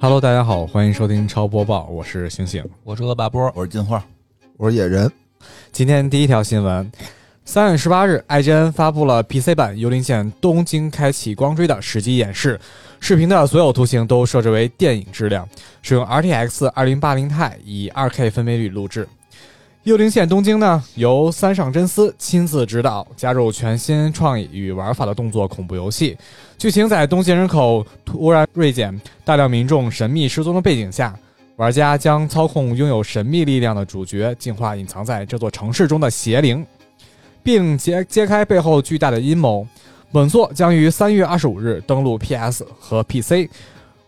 Hello，大家好，欢迎收听超播报，我是醒醒。我是恶霸波，我是金花，我是野人，今天第一条新闻，三月十八日，IGN 发布了 PC 版《幽灵线：东京》开启光追的实际演示，视频的所有图形都设置为电影质量，使用 RTX 二零八零 Ti 以二 K 分辨率录制。《幽灵线：东京》呢，由三上真司亲自指导，加入全新创意与玩法的动作恐怖游戏。剧情在东京人口突然锐减、大量民众神秘失踪的背景下，玩家将操控拥有神秘力量的主角，进化隐藏在这座城市中的邪灵，并揭揭开背后巨大的阴谋。本作将于三月二十五日登陆 PS 和 PC，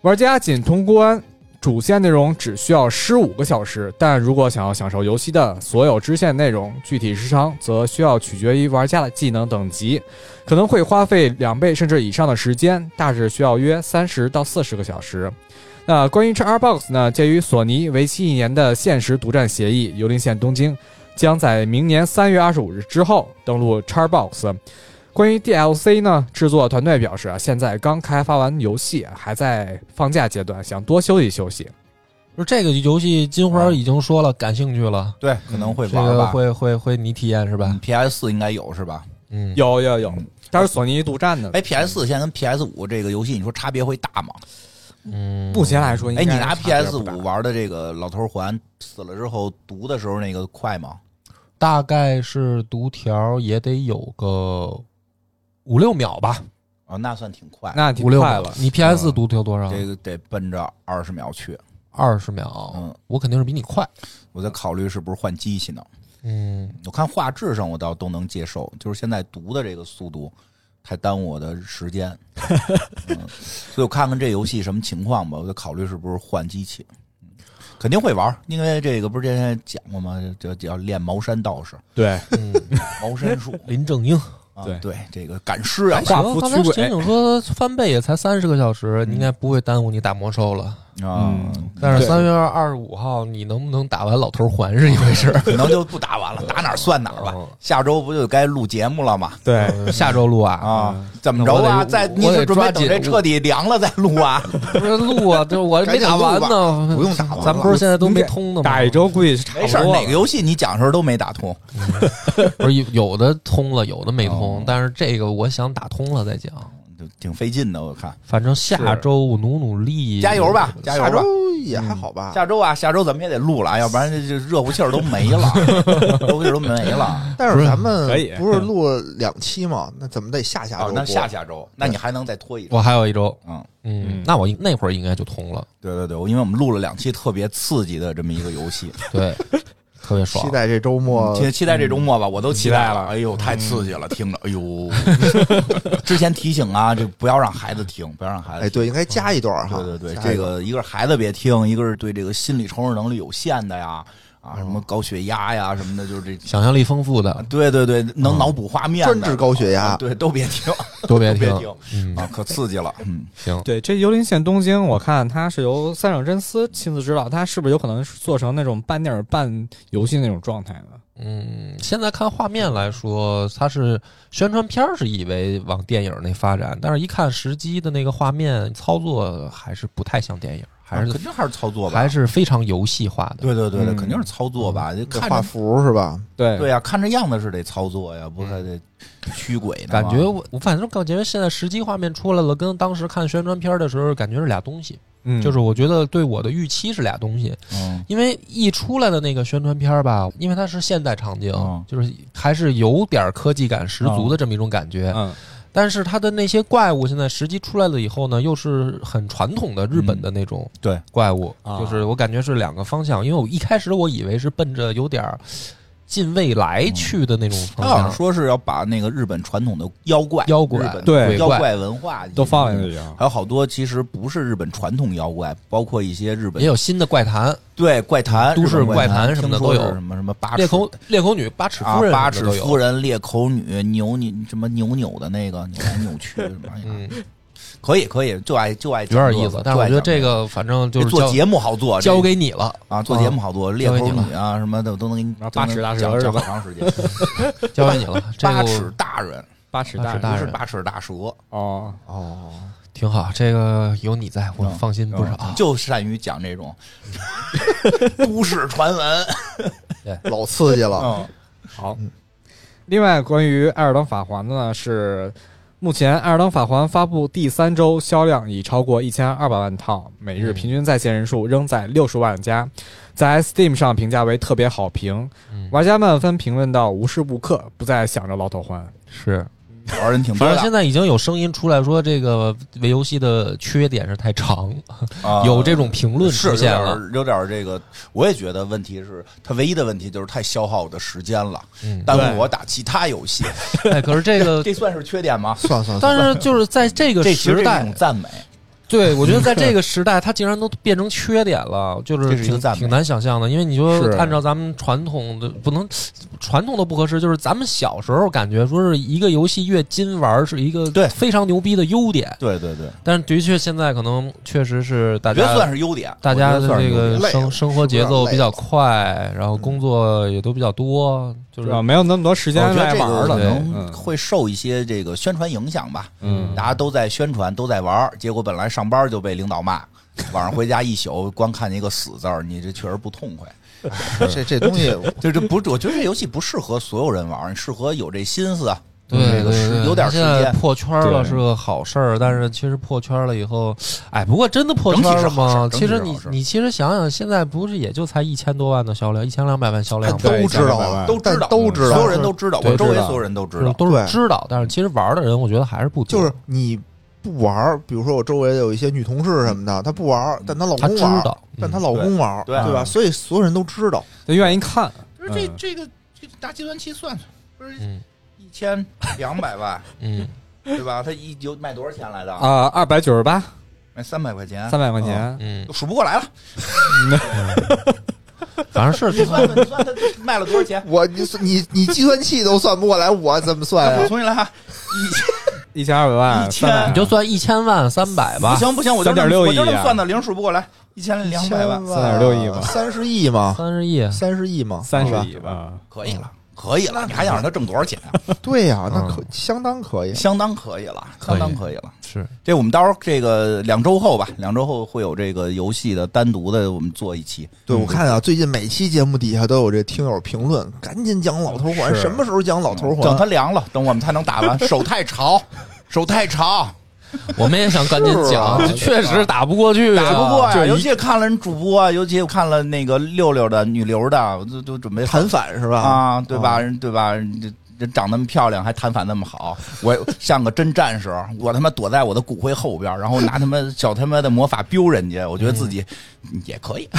玩家仅通关主线内容只需要十五个小时，但如果想要享受游戏的所有支线内容，具体时长则需要取决于玩家的技能等级，可能会花费两倍甚至以上的时间，大致需要约三十到四十个小时。那关于 Xbox 呢？鉴于索尼为期一年的限时独占协议，《幽灵线：东京》将在明年三月二十五日之后登陆 Xbox。关于 DLC 呢，制作团队表示啊，现在刚开发完游戏，还在放假阶段，想多休息休息。说这个游戏金花已经说了感兴趣了，对，可能会嗯这玩个吧。会会会你体验是吧？ PS 四应该有是吧？嗯，有有有，但是索尼独占的，哎，PS 四现在跟 PS 五这个游戏，你说差别会大吗？嗯，目前来说应该哎，是你差别不大，拿 PS 五玩的这个老头环死了之后读的时候那个快吗？大概是读条也得有个五六秒吧，啊，那算挺快，那挺五六快秒了。你 PS 读条多少？这个得奔着二十秒去。二十秒。嗯，我肯定是比你快。我在考虑是不是换机器呢？嗯，我看画质上我倒都能接受，就是现在读的这个速度太耽误我的时间，嗯， 所以我看看这游戏什么情况吧，我就考虑是不是换机器。嗯肯定会玩，因为这个不是之前讲过吗？这叫练茅山道士、对，嗯茅山术林正英，啊，对对，这个赶尸啊画符刚驱才鬼醒醒说翻倍也才三十个小时，你应该不会耽误你打魔兽了。啊，嗯哎但是对三月二十五号你能不能打完老头环是一回事儿。可能就不打完了，打哪儿算哪儿吧嗯。下周不就该录节目了吗？ 对，下周录啊，啊，怎么着我啊？得再我你得是准备抓紧等这彻底凉了再录 啊？不是录啊，这我没打完赶紧呢，不用打完了嗯咱们不是现在都没通的吗？打一周估计是差没不事儿，多哪个了。游戏你讲的时候都没打通，不是有有的通了，有的没通哦，但是这个我想打通了再讲。就挺费劲的。我看反正下周努努力，加油吧，加油下吧。周啊也还好吧。下周啊，下周咱们也得录了，要不然这这热乎气儿都没 了，热乎气儿都没了。但不是是咱们可以不是录了两期嘛？那怎么得 下下哦，周播？那下下周，那你还能再拖一周。我还有一周，嗯，嗯嗯，那我应那会儿应该就通了，对对对，因为我们录了两期特别刺激的这么一个游戏，对，特别爽期。待这周末期期待这周末吧，我都期期待待嗯了。了哎呦，太刺激了，听着，哎呦。 之前提醒啊，这不要让孩子听，不要让孩子哎，听。对，应该加一段儿哈。嗯对对对，加这一段儿个一个是孩子别听，一个是对这个心理承受能力有限的呀，啊，什嗯么高血压呀什么的，就是这。想象力丰富的对对对，能脑补画面的，啊专治高血压对，都别听，都别 都别听，听嗯，啊，可刺激了，嗯，行，对，这《幽灵线：东京》，我看它是由三上真司亲自指导，它是不是有可能是做成那种半电影半游戏那种状态呢？嗯，现在看画面来说，它是宣传片儿是以为往电影那发展，但是一看实机的那个画面操作还是不太像电影，还啊是肯定还是操作吧，还是非常游戏化的。对对对对，嗯肯定是操作吧，这得看画着符是吧？对对呀，看这样子是得操作呀，不是还得驱鬼呢吗？嗯感觉我我反正感觉现在实际画面出来了，跟当时看宣传片的时候感觉是俩东西，嗯，就是我觉得对我的预期是俩东西，嗯，因为一出来的那个宣传片吧，因为它是现代场景嗯，就是还是有点科技感十足的这么一种感觉，嗯但是它的那些怪物现在实际出来了以后呢，又是很传统的日本的那种嗯对，怪物，啊就是我感觉是两个方向，因为我一开始我以为是奔着有点儿近未来去的那种他方好向像，说嗯是要把那个日本传统的妖怪、妖怪日本对鬼妖怪怪文化都放进去就还有好多其实不是日本传统妖怪，包括一些日本也有新的怪谈，对怪谈、都市日本怪怪谈什么的听说是都有什么什么八裂尺口裂口女、八尺啊夫人、八尺都夫有。人、裂口女、扭扭什么扭扭的那个扭来扭去什么玩意儿，嗯，可以可以，就爱就爱有点意思。但是我觉得这个反正就是哎做交节目好做，这交给你 了，啊做节目好做，猎交给头你女啊什么的我都能给你然后都能八尺大讲蛇是讲吧好长时间，交给你了，这八个尺大人八尺大人不大是人八尺大蛇，哦，哦，挺好，这个有你在，我嗯放心不少。嗯就善于讲这 种都市传闻。老刺激了，嗯，好。另外，关于《艾尔登法环》的呢，是目前《艾尔登法环》发布第三周销量已超过一千二百万套，每日嗯平均在线人数仍在六十万加，在 Steam 上评价为特别好评，嗯玩家们纷评论到无时无刻不在想着老头环。是，玩人挺多反的正现在已经有声音出来说，这个为游戏的缺点是太长，啊有这种评论是出有现点了。儿有点儿这个，我也觉得问题是，它唯一的问题就是太消耗我的时间了，嗯，耽误我打其他游戏，哎，可是这个， 这算是缺点吗？算算算，但是就是在这个这其实时是一代种，赞美，对我觉得在 这个时代，它竟然都变成缺点了，就这是是一个挺赞美挺难想象的。因为你说是按照咱们传统的，不能传统的不合适，就是咱们小时候感觉说是一个游戏越金玩儿是一个对非常牛逼的优点，对对对，但是的确现在可能确实是大我觉得家算是优点，大家我觉得的算是这优点个累了生生活节奏比较快，然后工作也都比较多，就是是啊吧？没有那么多时间哦我觉得来这玩个儿可了。对能嗯会受一些这个宣传影响吧，嗯大家都在宣传，都在玩儿，结果本来上班就被领导骂， 晚上回家一宿光看见一个死字儿，你这确实不痛快。这这 东西就这不，我觉得这游戏不适合所有人玩儿，你适合有这心思，啊对这个对时对有点时现在间，破圈了对是个好事儿，但是其实破圈了以后，哎，不过真的破圈整体是了好事儿吗？整体其是好实你事儿你其实想想，现在不是也就才一千多万的销量，一千两百万哎销量吗，对都知道100万了，都知道，但都知道，所有人都知道，对我周围知道所有人都知就是道。都是对知道，但是其实玩的人，我觉得还是不多就是你不玩儿，比如说我周围有一些女同事什么的，她不玩儿，但她老他公知玩儿，道，但她嗯老公玩儿，对对吧？嗯所以所有人都知道，就愿意看，不是这嗯这个这个拿计算器算算，不是嗯一千两百万嗯，对吧？他一有卖多少钱来的？啊，二百九十八，卖三百块钱，三百块嗯，钱，嗯，数不过来了。反正是你算算，你算他卖了多少钱？我你你你计算器都算不过来，我怎么算我呀？重新来啊！一一千二百万，一千300你就算一千万三百吧啊不，行不行，我就这么3.6我就这亿么啊算的，零数不过来，一千两百万， 3.6亿吧三十亿嘛，三十亿，三十亿嘛，三十是吧亿吧，可以了，可以了。你还想让他挣多少钱 啊？对呀，那嗯可相当可以。相当可以了，可相以当可以了。是这我们到时候这个两周后吧，两周后会有这个游戏的单独的，我们做一期。对，我看啊，最近每期节目底下都有这听友评论，赶紧讲老头环，是什么时候讲老头等它嗯环？凉了，等我们才能打完。手太 潮，手太长，我们也想赶紧是啊讲，这确实打不过去啊，打不过呀、就一尤其看了人主播啊，尤其看了那个六六的女流的，我就就准备弹反是吧？啊，对吧？人对吧？人这人长那么漂亮，还弹反那么好，我像个真战士，我他妈躲在我的骨灰后边，然后拿他妈小他妈的魔法丢人家，我觉得自己嗯也可以。啊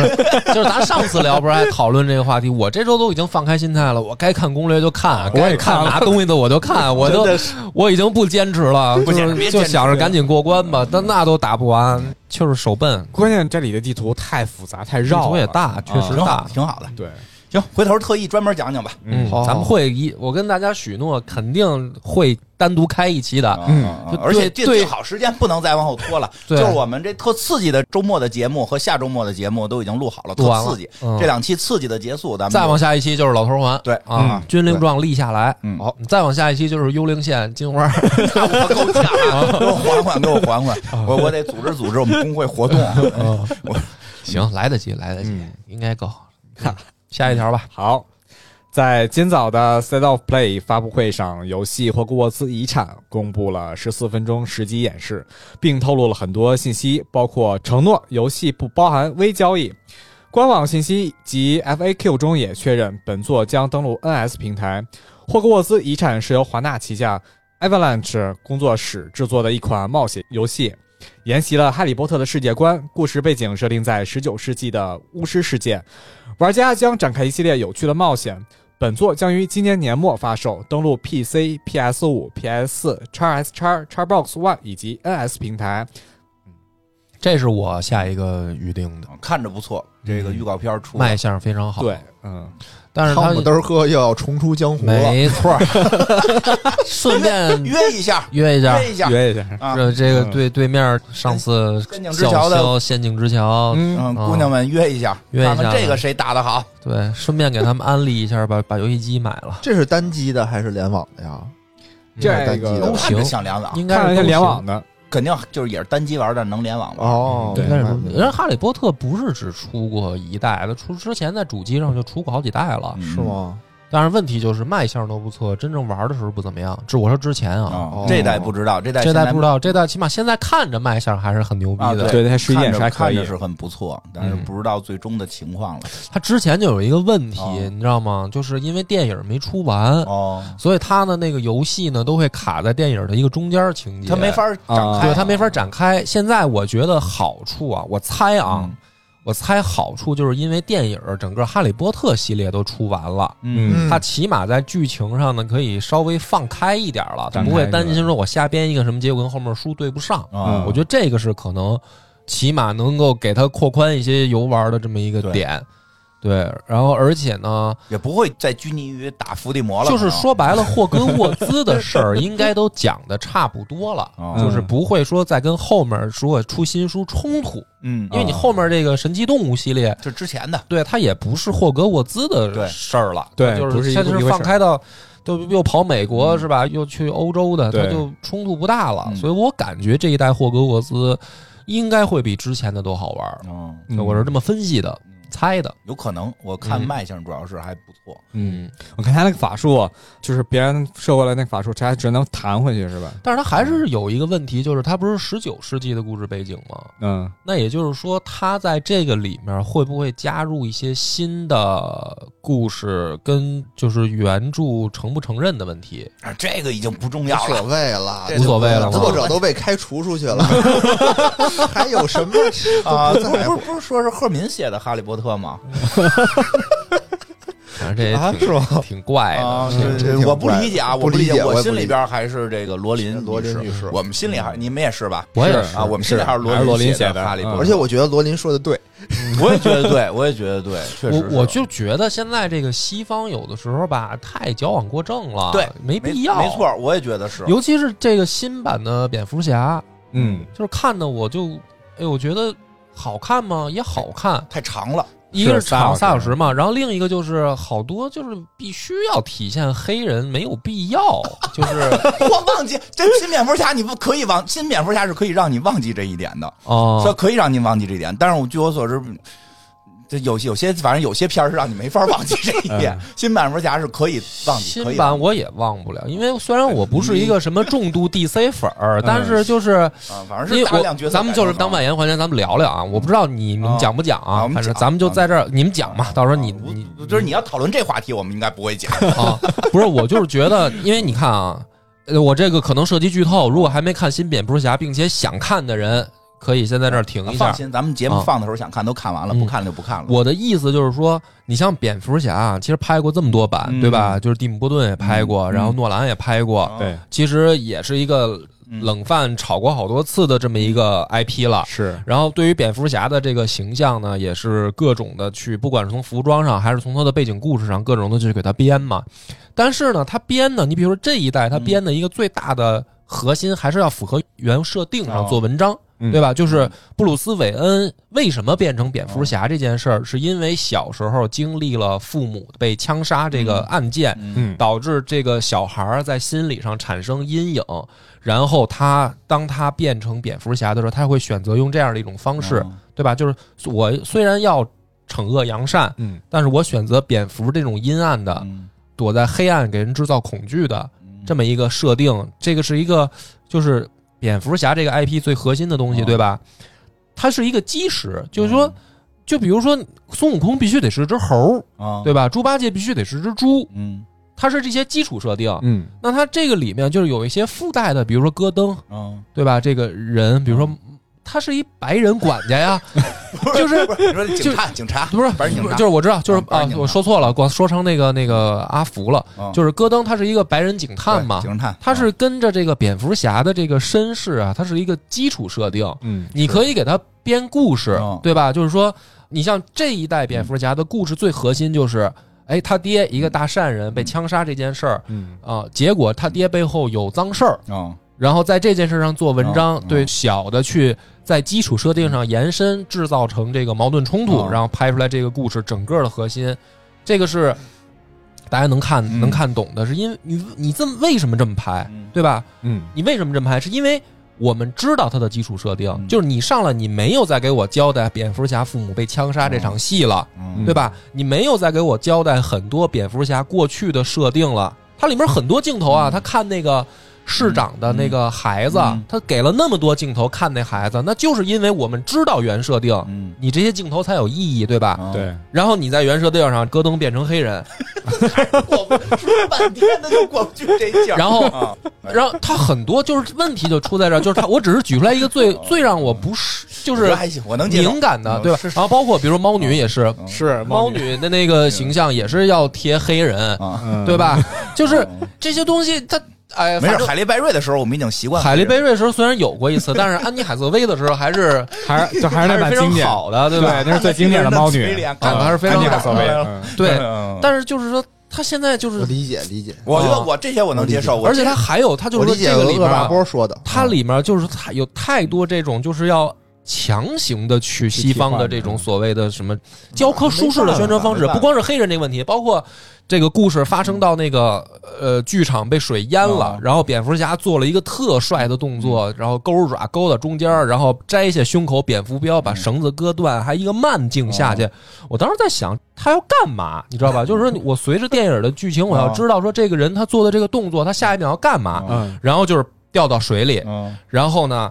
就是咱上次聊不是还讨论这个话题，我这周都已经放开心态了，我该看攻略就看，我也该看看了拿东西的我就看，我就我已经不坚持了，不坚就持别是坚就持想着赶紧过关吧，但那都打不完，就是手笨，关键这里的地图太复杂，太绕我了，也啊大，确实挺好大，，挺好的。对，行，回头特意专门讲讲吧。嗯，好好咱们会一，我跟大家许诺，肯定会单独开一期的，嗯啊就而且这对最对好时间不能再往后拖了。就对是我们这特刺激的周末的节目和下周末的节目都已经录好了，录特完了刺激。嗯这两期刺激的结束，咱们再往下一期就是老头环，对啊，军令状立下来，嗯好，再往下一期就是幽灵线金花，那我够呛啊， 给我缓缓，给我缓缓，我我得组织组织我们工会活动。啊 我行，来得及，来得及嗯，应该够，看下一条吧，好，在今早的 State of Play 发布会上，游戏《霍格沃兹遗产》公布了十四分钟实际演示，并透露了很多信息，包括承诺游戏不包含微交易。官网信息及 FAQ 中也确认，本作将登陆 NS 平台。《霍格沃兹遗产》是由华纳旗下 Avalanche 工作室制作的一款冒险游戏，沿袭了《哈利波特》的世界观，故事背景设定在19世纪的巫师世界。玩家将展开一系列有趣的冒险。本作将于今年年末发售，登陆 PC、PS 5 PS 4 x S x Xbox One 以及 NS 平台。这是我下一个预定的，啊看着不错，这个嗯预告片出了卖相非常好。对，，嗯，但是他汤姆德克又要重出江湖了。没错 儿，顺便约一下，约一下。约一下约一下，啊，这这个嗯对对面上次跟跟景之叫桥的嚣陷阱之桥，嗯，嗯，啊姑娘们约一下，约一下看看这个谁打的好。对，顺便给他们安利一下，把把游戏机买了，这是单机的还是联网的呀？ 这单机个的都看着行像联网，应该看是了一下都联行网的，肯定就是也是单机玩的，能联啊网吧？哦，对嗯应嗯该是不明白人家哈利波特不是只出过一代了，出之前在主机上就出过好几代了。嗯是？吗？但是问题就是卖相都不错，真正玩的时候不怎么样。这我说之前啊，啊，这代不知道，这代这代现在不知道，这代起码现在看着卖相还是很牛逼啊的。对，它实际看演示着还可看以着，是很不错，但是嗯不知道最终的情况 了。他之前就有一个问题，哦你知道吗？就是因为电影没出完，哦，所以他的那个游戏呢都会卡在电影的一个中间情节，他没。法展啊开，对他没法展开。现在我觉得好处啊，我猜啊，嗯我猜好处就是因为电影儿整个《哈利波特》系列都出完了，嗯它起码在剧情上呢可以稍微放开一点儿了，它不会展开担心说我瞎编一个什么结果跟后面书对不上。嗯啊我觉得这个是可能起码能够给它扩宽一些游玩的这么一个对点。对，然后而且呢，也不会再拘泥于打伏地魔了。就是可能说白 了，霍根沃兹的事儿应该都讲的差不多了，哦就是不会说再跟后面如果出新书冲突，嗯，因为你后面这个神奇动物系列，就之前的对它也不是霍格沃兹对的事儿了，对它就不是一它一就回是事儿嗯放开到，就又跑美国是吧？又去欧洲的，它对就冲突不大了，嗯所以我感觉这一代霍格沃兹应该会比之前的都好玩儿，嗯，嗯我是这么分析的，猜的，有可能。我看嗯卖相主要是还不错，嗯，我看他那个法术，就是别人射过来那个法术，他只能弹回去是吧？但是它还是有一个问题，就是它不是十九世纪的故事背景吗？嗯，那也就是说，它在这个里面会不会加入一些新的故事，跟就是原著承不承认的问题？啊，这个已经不重无要所了。谓了，无所谓了作者都被开除出去了， 还有什么啊，不不在是乎不是说是赫敏写的《哈利波特》吗？反正这也啊？挺、是吗？ 挺怪的。啊，挺这对挺我不怪理解啊，的我不理解我我也心不理里边还是这个罗琳罗琳女女士我们心里还你们也是吧？我也是啊，我们心里还是罗还是罗琳写写的哈利波特》，嗯而且我觉得罗琳说的对，我也觉得对，我也觉得对，确实我是，我就觉得现在这个西方有的时候吧，太矫枉过正了，对，没必要，没。错，我也觉得是。尤其是这个新版的蝙蝠侠，嗯，就是看的我就，哎，我觉得好看吗？也好看，太长了， 一个是是仨小长时仨小时嘛，然后另一个就是好多就是必须要体现黑人没有必要，就是我忘记这新蝙蝠侠，你不可以忘新蝙蝠侠是可以让你忘记这一点的，这 哦，可以让你忘记这一点。但是我据我所知，这有些有些反正有些片儿是让你没法忘记这一 点。新蝙蝠侠是可以啊忘记，可嗯新以版忘记我也忘不了，因为虽然我不是一个什么重度 DC 粉儿，嗯但是就是啊，反正因是为大量角我色咱们就是改动当外延环节，咱们聊聊啊，我不知道你啊们讲不讲啊啊我，们反正讲咱们就在这儿，你们讲嘛，到时候你啊我你就是你要讨论这话题，我们应该不会讲。啊，不是，我就是觉得，因为你看啊，呃，我这个可能涉及剧透，如果还没看新蝙蝠侠，并且想看的人，可以先在这儿停一放下。心，咱们节目啊放的时候想看都看完了，嗯不看了就不看了。我的意思就是说，你像蝙蝠侠啊，其实拍过这么多版，嗯对吧？就是蒂姆·波顿也拍过，嗯然后诺兰也拍过，啊嗯对，其实也是一个冷饭炒过好多次的这么一个 IP 了。是，然后对于蝙蝠侠的这个形象呢，也是各种的去，不管是从服装上，还是从他的背景故事上，各种的去给他编嘛。但是呢，他编呢，你比如说这一代他编的一个最大的核心，还是要符合原设定上做文章，嗯哦对吧？就是布鲁斯·韦恩为什么变成蝙蝠侠这件事儿，是因为小时候经历了父母被枪杀这个案件，嗯嗯，导致这个小孩儿在心理上产生阴影，然后他当他变成蝙蝠侠的时候，他会选择用这样的一种方式，嗯对吧？就是我虽然要惩恶扬善，嗯，但是我选择蝙蝠这种阴暗的，嗯躲在黑暗给人制造恐惧的啊这么一个设定，这个是一个就是蝙蝠侠这个 IP 最核心的东西，嗯对吧？它是一个基石，就是说，就比如说孙悟空必须得是只猴儿，啊，对吧？猪八戒必须得是只猪，嗯它是这些基础设定。嗯，那它这个里面就是有一些附带的，比如说戈登，嗯，对吧？这个人，比如说他是一白人管家呀， 就 是不是你说这警察警察不是反正警不察就是我知道，就是嗯白啊人警，察我说错了，光说成那个那个阿福了，就是戈登他是一个白人警探嘛，嗯警探他是跟着这个蝙蝠侠的这个身世啊，他是一个基础设定，嗯，你可以给他编故事，嗯对吧？就是说，你像这一代蝙蝠侠的故事最核心就是，哎，他爹一个大善人被枪杀这件事儿嗯，啊、结果他爹背后有脏事儿，嗯然后在这件事上做文章，嗯嗯对小的去在基础设定上延伸，制造成这个矛盾冲突，嗯然后拍出来这个故事整个的核心，这个是大家能看、嗯能看懂的，是因为你你这么为什么这么拍，嗯对吧？嗯，你为什么这么拍？是因为我们知道它的基础设定，嗯就是你上来你没有再给我交代蝙蝠侠父母被枪杀这场戏了，嗯，对吧？你没有再给我交代很多蝙蝠侠过去的设定了。它里面很多镜头啊，嗯他看那个市长的那个孩子嗯嗯，他给了那么多镜头看那孩子，那就是因为我们知道原设定，嗯，你这些镜头才有意义，对吧？嗯，对，然后你在原设定上，戈登变成黑人，我们说半天他就过不去这劲儿。然后啊， 哎然后他很多就是问题就出在这儿，就是他，我只是举出来一 个最最让我不是就哦我是觉得还行，我能接受敏。感的，嗯对吧是？是然后包括比如说猫女也是，嗯是猫，女的那个形象也是要贴黑人，啊，嗯对？吧？就是嗯这些东西，它哎，没反事。正海利拜瑞的时候，我们已经习惯了海利贝瑞的时候虽然有过一次，但是安妮海瑟薇的时候还是还是就还是那还版是非常经典，好的，对啊对吧？那是最经典的猫女啊看着那嘴啊脸，看着还是非常安妮海好瑟看薇着。嗯对，嗯但是就是说，他现在就我是，理解理解，我觉得啊我这些我能接受，我而且他还有，他就我是理说解这个里恶面霸啊，波说的，嗯它里面就是太有太多这种就是要。强行的去西方的这种所谓的什么教科书式的宣传嗯方没式，办法嗯不光是黑人这个问题，包括这个故事发生到那个呃剧场被水淹了啊，然后蝙蝠侠做了一个特帅的动嗯作，然后钩爪勾到中间，然后摘下胸口蝙蝠镖，把嗯绳子割断，还一个慢镜下哦去。我当时在想他要干嘛，你知道吧？就是 说我随着电影的剧情，我要啊知道说这个人他做的这个动作，他下一秒要干嘛，嗯，然后就是掉到水里，嗯然后呢，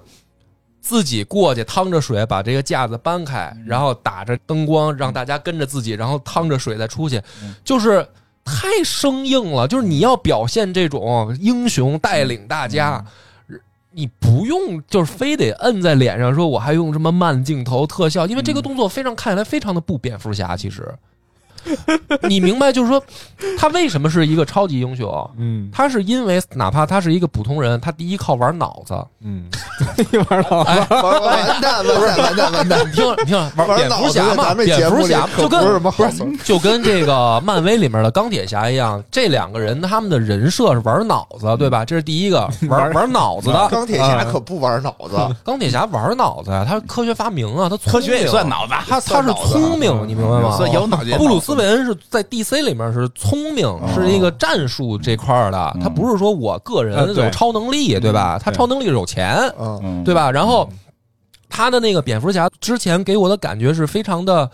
自己过去趟着水把这个架子搬开，嗯然后打着灯光让大家跟着自己，然后趟着水再出去嗯，就是太生硬了。就是你要表现这种英雄带领大家。嗯你不用，就是非得摁在脸上说，我还用什么慢镜头特效，因为嗯这个动作非常看起来非常的不蝙蝠侠。其实，你明白，就是说他为什么是一个超级英雄？嗯他是因为哪怕他是一个普通人，他第一靠玩脑子，嗯，一玩到完完蛋完蛋完蛋完蛋，你 听你听玩玩蝙蝠侠嘛，咱们节蝙目蝠里侠可就不是什跟么好词儿， 就跟这个漫威里面的钢铁侠一样，这两个人他们的人设是玩脑子，对吧？这是第一个玩玩脑子的。钢铁侠可不玩脑 子，钢铁侠玩脑子呀，他是科学发明啊，他科学也算脑，脑啊子，啊嗯他他是聪明，你明白吗？算有脑子也脑子布鲁斯韦恩是在 DC 里面是聪明，是一个战术这块儿的，他不是说我个人嗯对有超能力，对吧？他超能力是有钱，嗯，嗯对吧？然后他的那个蝙蝠侠之前给我的感觉是非常的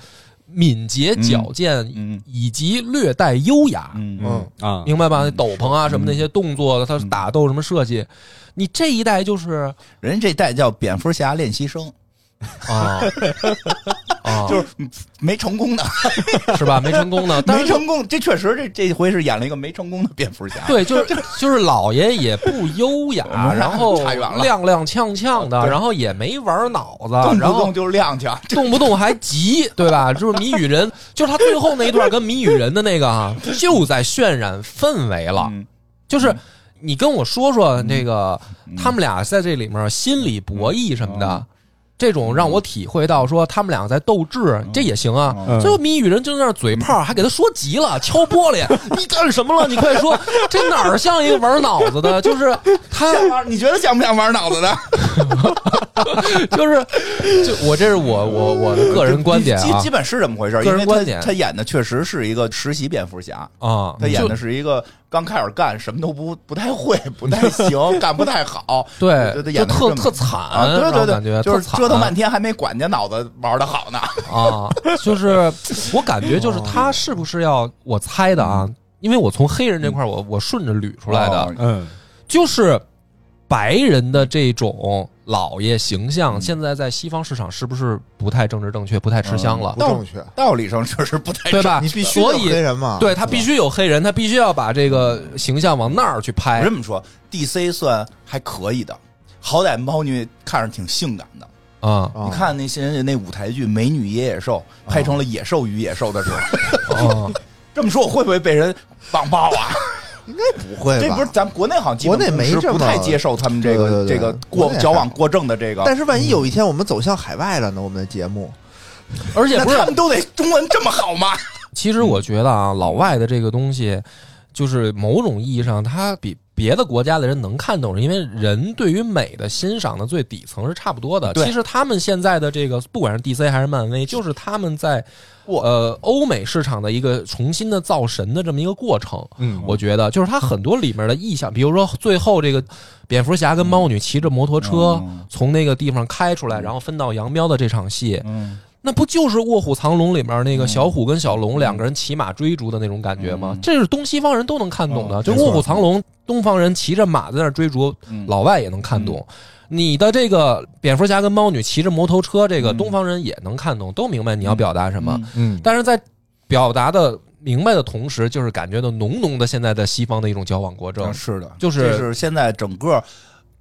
敏捷、嗯矫健，嗯以及略带优雅，嗯嗯啊，明白吧？那斗篷啊什么那些动作，他打斗什么设计，你这一 代就是人家这代叫蝙蝠侠练习生，啊啊，就是没成功 的，是吧？没成功的，但没是。成功，这确实这这回是演了一个没成功的蝙蝠侠。对，就是就是老爷也不优雅，我们然后差远了踉踉跄跄的，对然后也没玩脑动子，不啊然后动就踉跄， 动不动还急，对吧？就是谜语人，就是他最后那一段跟谜语人的那个 啊，就在渲染氛围了。嗯就是你跟我说说那个嗯他们俩在这里面心理博弈什么的，这种让我体会到说他们俩在斗智，这也行啊。嗯最后谜语人就在那儿嘴炮，还给他说急 了，敲玻璃，你干什么了？你快说，这哪儿像一个玩脑 子的？就是他像玩你觉得像不像玩脑子的？就是，就我这是我我我的个人观点基啊基本是这么回事儿，个因人为观他点他演的确实是一个实习蝙蝠侠，啊， 他演就的是一个刚开始干什么都不不太会，不太 行，干不太好，对，就他就演的是特这么特惨，啊，对让我对感对，觉就是特惨折腾半天还没管家脑子玩的好呢。啊， 就是我感觉就是哦他是不是要我猜的啊？因为我从黑人这块儿我我顺着捋 出来的，嗯哦嗯就是白人的这种老爷形象，嗯现在在西方市场是不是不太政治正确，不太吃香了嗯不，正确，道理上确实不太对吧你？必须所有黑以人嘛，啊对他必须有黑人，他必须要把这个形象往那儿去我拍这么说，DC 算还可以的，好歹猫女看着挺性感的。 啊啊，你看那些人家那舞台剧《美女与野哦兽》，拍成了《野兽与野兽》的时候，啊！这么说我会不会被人网暴啊？应该不会这吧？不是咱们国内好像基本哎国内没公司这不么太接受他们这个对对对这个国过内还矫枉过正的这个，但是万一有一天我们走向海外了呢？我们的节目，而且那不是他们都得中文这么好吗？其实我觉得啊，老外的这个东西，就是某种意义上，他比别的国家的人能看懂，因为人对于美的欣赏的最底层是差不多的。对其实他们现在的这个，不管是 DC 还是漫威，就是他们在我呃欧美市场的一个重新的造神的这么一个过程。嗯，我觉得，就是它很多里面的意象，比如说最后这个蝙蝠侠跟猫女骑着摩托 车嗯从那个地方开出来，然后分道扬镳的这场戏，嗯，那不就是《卧虎藏龙》里面那个嗯小虎跟小龙两个人骑马追逐的那种感觉吗嗯？这是东西方人都能看懂的。哦就《没错卧虎藏龙》，东方人骑着马在那儿追逐，嗯老外也能看懂。你的这个蝙蝠侠跟猫女骑着摩托车，这个嗯东方人也能看懂，都明白你要表达什么。嗯嗯，但是在表达的明白的同时，就是感觉到浓浓的现在的西方的一种矫枉过正啊，是的，就是这是现在整个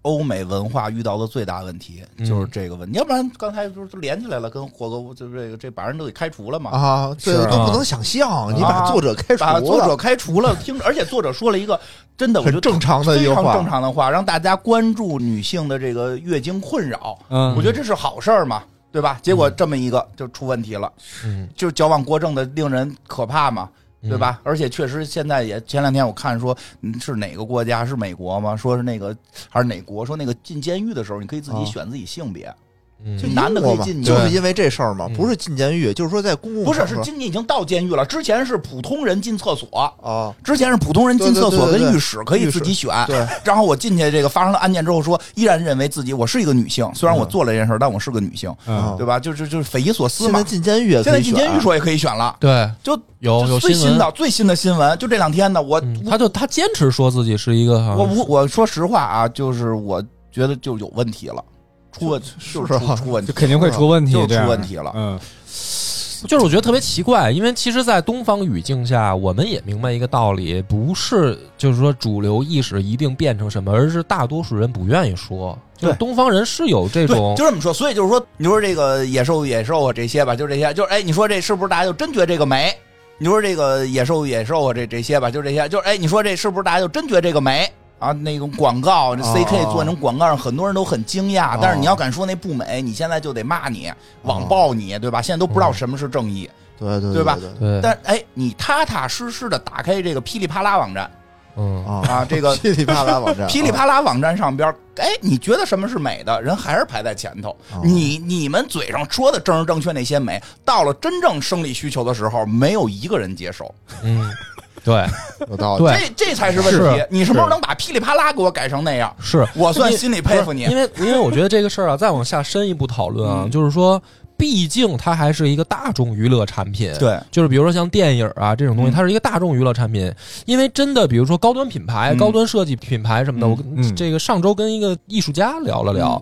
欧美文化遇到的最大问题，嗯就是这个问题。要不然刚才就是连起来了，跟火哥就是这个这把人都给开除了嘛。啊，这是啊都不能想象，你把啊作者开除把了，作者开除了，听着，而且作者说了一个真的，我觉很得正常的一非个常正话，常的话，让大家关注女性的这个月经困扰，嗯我觉得这是好事儿嘛，对吧？结果这么一个就出问题了，嗯，就是矫枉过正的，令人可怕嘛。对吧？而且确实，现在也前两天我看说嗯是哪个国家是美国吗？说是那个还是哪国？说那个进监狱的时候，你可以自己啊选自己性别，嗯？就嗯，男的可以英国嘛进去就是因为这事儿嘛，嗯不是进监狱，就是说在公共不是场是合今你已经到监狱了。之前是普通人进厕所，啊，之前是普通人进厕所对对对对跟对浴室可以自己选。对，然后我进去这个发生了案件之后说，依然认为自己我是一个女性，虽然我做了这件事儿，但我是个女性，嗯啊对吧？就是就是匪夷所思现在嘛。进监狱也哦现在可以进选啊监狱说也可以选了，对，就有哦有就最新闻啊新的最新的新闻，就这两天呢，我嗯啊他就他坚持说自己是一个，我我我说实话啊，就是我觉得就有问题了，出问是就不是出啊出问就题，肯定会出问题，就是这样出问题了嗯就是我觉得特别奇怪，因为其实，在东方语境下，我们也明白一个道理，不是就是说主流意识一定变成什么，而是大多数人不愿意说。就是对东方人是有这对，种就这么说。所以就是说，你说这个野兽野兽啊这些吧，就是这些，就是哎，你说这是不是大家就真觉得这个美？你说这个野兽野兽啊这这些吧，就是这些，就是哎，你说这是不是大家就真觉得这个美？啊，那种广告那哦，CK 哦做那种广告，让很多人都很惊讶。哦但是你要敢说那不美，你现在就得骂你、网暴你，对吧？现在都不知道嗯什么是正义。对对对吧对对，但哎，你踏踏实实的打开这个噼里啪啦网站嗯，啊，啊，这个噼里啪啦网站，啊噼里啪啦网站上边儿，哎，你觉得什么是美的？人还是排在前头。哦啊你你们嘴上说的正是正确那些美，到了真正生理需求的时候，没有一个人接受，嗯，对啊有道理，对这这才是问题是。你什么时候能把噼里啪啦给我改成那样？是，我算心里 佩服你因。为因为我觉得这个事儿啊，再往下深一步讨论啊，嗯就是说，毕竟它还是一个大众娱乐产品，对，就是比如说像电影啊这种东西，嗯它是一个大众娱乐产品。因为真的，比如说高端品牌、嗯高端设计品牌什么的，嗯我跟、嗯这个上周跟一个艺术家聊了聊。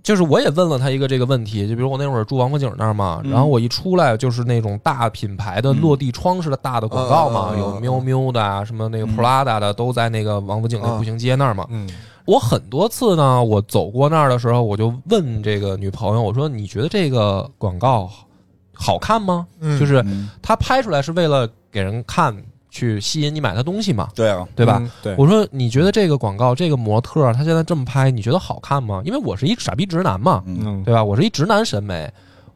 就是我也问了他一个这个问题，就比如我那会儿住王府井那儿嘛，嗯然后我一出来就是那种大品牌的嗯落地窗式的大的广告嘛，嗯嗯嗯嗯有喵喵的啊，什么那个嗯 Prada 的，都在那个王府井那嗯步行街那儿嘛。嗯我很多次呢，我走过那儿的时候，我就问这个女朋友，我说：“你觉得这个广告好看吗？嗯就是嗯它拍出来是为了给人看，去吸引你买它东西嘛，对啊，对吧？嗯对，我说：“你觉得这个广告，这个模特儿她现在这么拍，你觉得好看吗？因为我是一傻逼直男嘛，嗯嗯对吧？我是一直男审美，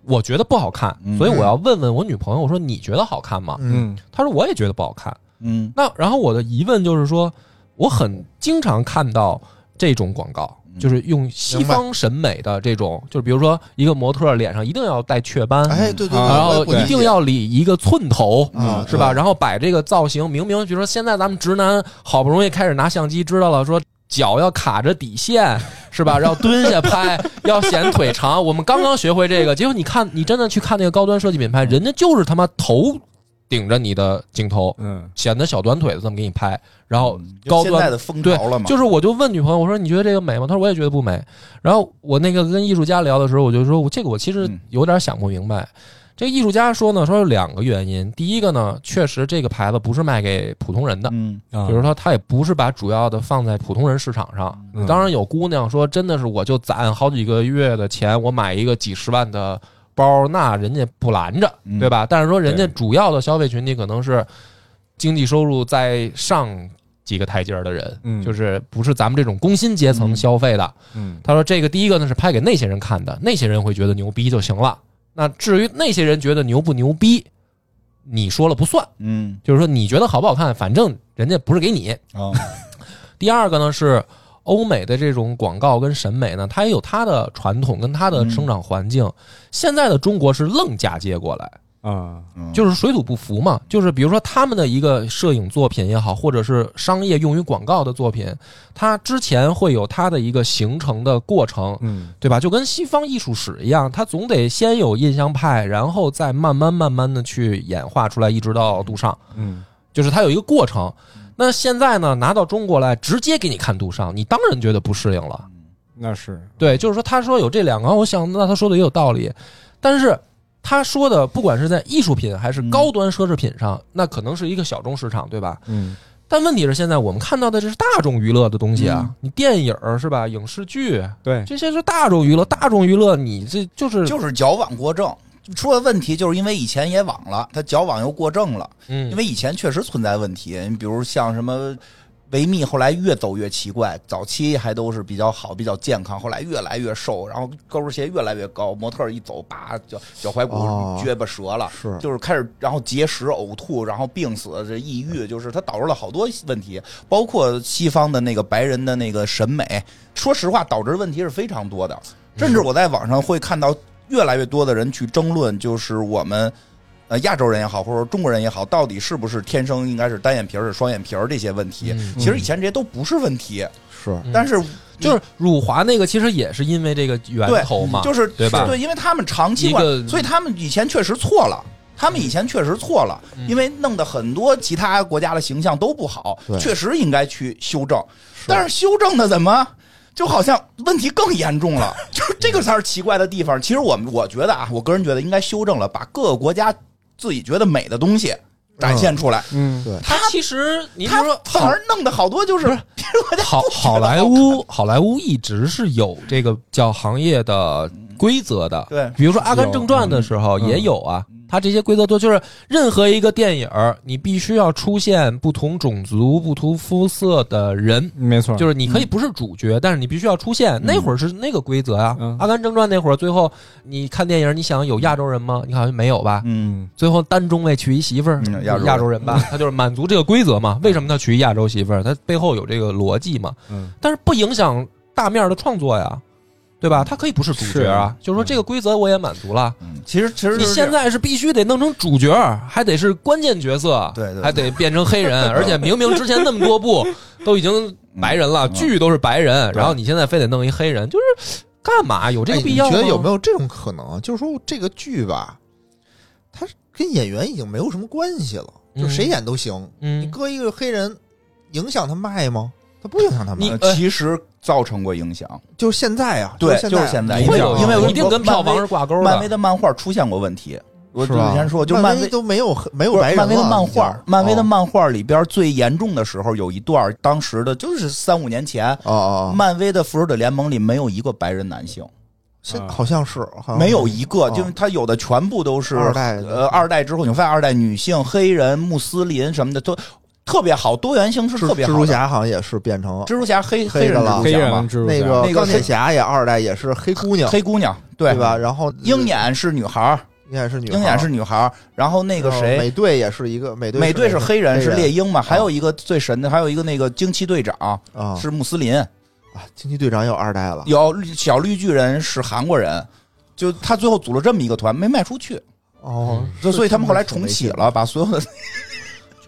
我觉得不好看，嗯所以我要问问我女朋友，我说你觉得好看吗？嗯嗯她说我也觉得不好看。嗯那然后我的疑问就是说，我很经常看到这种广告，嗯就是用西方审美的这种，就是比如说一个模特儿脸上一定要带雀斑，哎对对对，啊然我后也不理哦一解定要理一个寸头。啊是吧？对然后摆这个造型，明明比如说现在咱们直男好不容易开始拿相机知道了，说脚要卡着底线，是吧？要蹲下拍，要显腿长。我们刚刚学会这个，结果你看，你真的去看那个高端设计品牌，人家就是他妈头顶着你的镜头，嗯显得小短腿的这么给你拍，然后嗯就哦高现在端的风对潮了嘛，就是我就问女朋友，我说你觉得这个美吗？她说我也觉得不美。然后我那个跟艺术家聊的时候，我就说我这个我其实嗯有点想不明白。这个艺术家说呢，说有两个原因，第一个呢，确实这个牌子不是卖给普通人的。嗯啊比如说，他也不是把主要的放在普通人市场上。嗯当然有姑娘说，真的是我就攒好几个月的钱，我买一个几十万的包，那人家不拦着，嗯对吧？但是说人家对主要的消费群体可能是经济收入在上几个台阶儿的人，嗯就是不是咱们这种工薪阶层消费的。嗯他说这个第一个呢是拍给那些人看的，那些人会觉得牛逼就行了。那至于那些人觉得牛不牛逼，你说了不算，嗯就是说你觉得好不好看，反正人家不是给你。啊， 第二个呢是欧美的这种广告跟审美呢，它也有它的传统跟它的生长环境。现在的中国是愣嫁接过来，啊嗯就是水土不服嘛。就是比如说他们的一个摄影作品也好，或者是商业用于广告的作品，它之前会有它的一个形成的过程，嗯对吧？就跟西方艺术史一样，它总得先有印象派，然后再慢慢慢慢的去演化出来，一直到杜尚，嗯就是它有一个过程。那现在呢，拿到中国来，直接给你看杜尚，你当然觉得不适应了。那是对，就是说他说有这两个，我想那他说的也有道理，但是。他说的，不管是在艺术品还是高端奢侈品上，那可能是一个小众市场，对吧？嗯但问题是，现在我们看到的这是大众娱乐的东西啊，你电影儿是吧？影视剧，对这些是大众娱乐，大众娱乐你这就是就是矫枉过正。出了问题，就是因为以前也网了，他矫枉又过正了。嗯，因为以前确实存在问题，你比如像什么维密，后来越走越奇怪，早期还都是比较好、比较健康，后来越来越瘦，然后高跟鞋越来越高，模特一走，叭脚脚踝骨哦撅巴折了，是就是开始然后节食、呕吐，然后病死、这抑郁，就是它导致了好多问题，包括西方的那个白人的那个审美，说实话，导致问题是非常多的。嗯甚至我在网上会看到越来越多的人去争论，就是我们呃亚洲人也好，或者说中国人也好，到底是不是天生应该是单眼皮儿、是双眼皮儿这些问题。嗯其实以前这些都不是问题，是嗯但是就是辱华那个，其实也是因为这个源头嘛，就是啊对吧对，因为他们长期一个管，所以他们以前确实错了。他们以前确实错了，嗯因为弄得很多其他国家的形象都不好对，确实应该去修正。但是修正的怎么就好像问题更严重了？就是这个才是奇怪的地方。其实我们我觉得啊，我个人觉得应该修正了，把各个国家自己觉得美的东西展现出来。嗯对它其实嗯你比他如说反而弄得好多就是别人国家 好不觉得好莱坞，好莱坞一直是有这个叫行业的规则的，对比如说《阿甘正传》的时候嗯也有啊，它这些规则都就是任何一个电影儿，你必须要出现不同种族、不同肤色的人。没嗯错就是你可以不是主角，但是你必须要出现。那会儿是那个规则啊，嗯阿甘正传》那会儿，最后你看电影，你想有亚洲人吗？你好像没有吧？嗯，嗯最后单中尉娶一媳妇儿，嗯亚洲人亚洲人吧，他就是满足这个规则嘛。为什么他娶一亚洲媳妇儿？他背后有这个逻辑嘛。嗯但是不影响大面儿的创作呀，对吧？他可以不是主角啊，就是说这个规则我也满足了。嗯其实其实你现在是必须得弄成主角，还得是关键角色，对对还得变成 黑人，而且明明之前那么多部都已经白人了，嗯剧都是白人，对然后你现在非得弄一黑人，就是干嘛？有这哎个你必要吗？觉得有没有这种可能？啊就是说这个剧吧，它跟演员已经没有什么关系了，就嗯谁演都行。你嗯，搁一个黑人，影响他卖吗？他不影响他卖。你呃其实造成过影响，就是现在啊，对，就就是是现在，你因会为有因为我一定跟票漫房是威挂钩漫威的。的漫画出现过问题。我是之吧前说，就漫漫威都没有没有不是白人了漫威的漫已画经，哦漫威的漫画里边最严重的时候有一段，当时的就是三五年前，哦哦，哦漫威的复仇者联盟里没有一个白人男性，现啊好像是好像没有一个，哦就是他有的全部都是二代呃，二代之后你会发现二代女性、黑人、穆斯林什么的都特别好，多元性是蜘特别蜘好蛛的。侠好像也是变成蜘蛛侠黑黑的人了蜘蛛黑侠人嘛，蜘蛛那侠个那个钢铁黑侠也二代也是黑姑娘黑姑娘对对？吧？然后鹰眼是女孩儿，鹰眼是女孩鹰眼是女孩儿，然后那个然后谁美队也是一个美队美队是黑人，是猎鹰鹰嘛？还有一个最神的，还有一个那个惊奇队长啊是穆斯林，啊，惊奇队长有二代了有绿小绿巨人是韩国人，就他最后组了这么一个团，没卖出去，哦，就是嗯所以他们后来重启了，把所有的。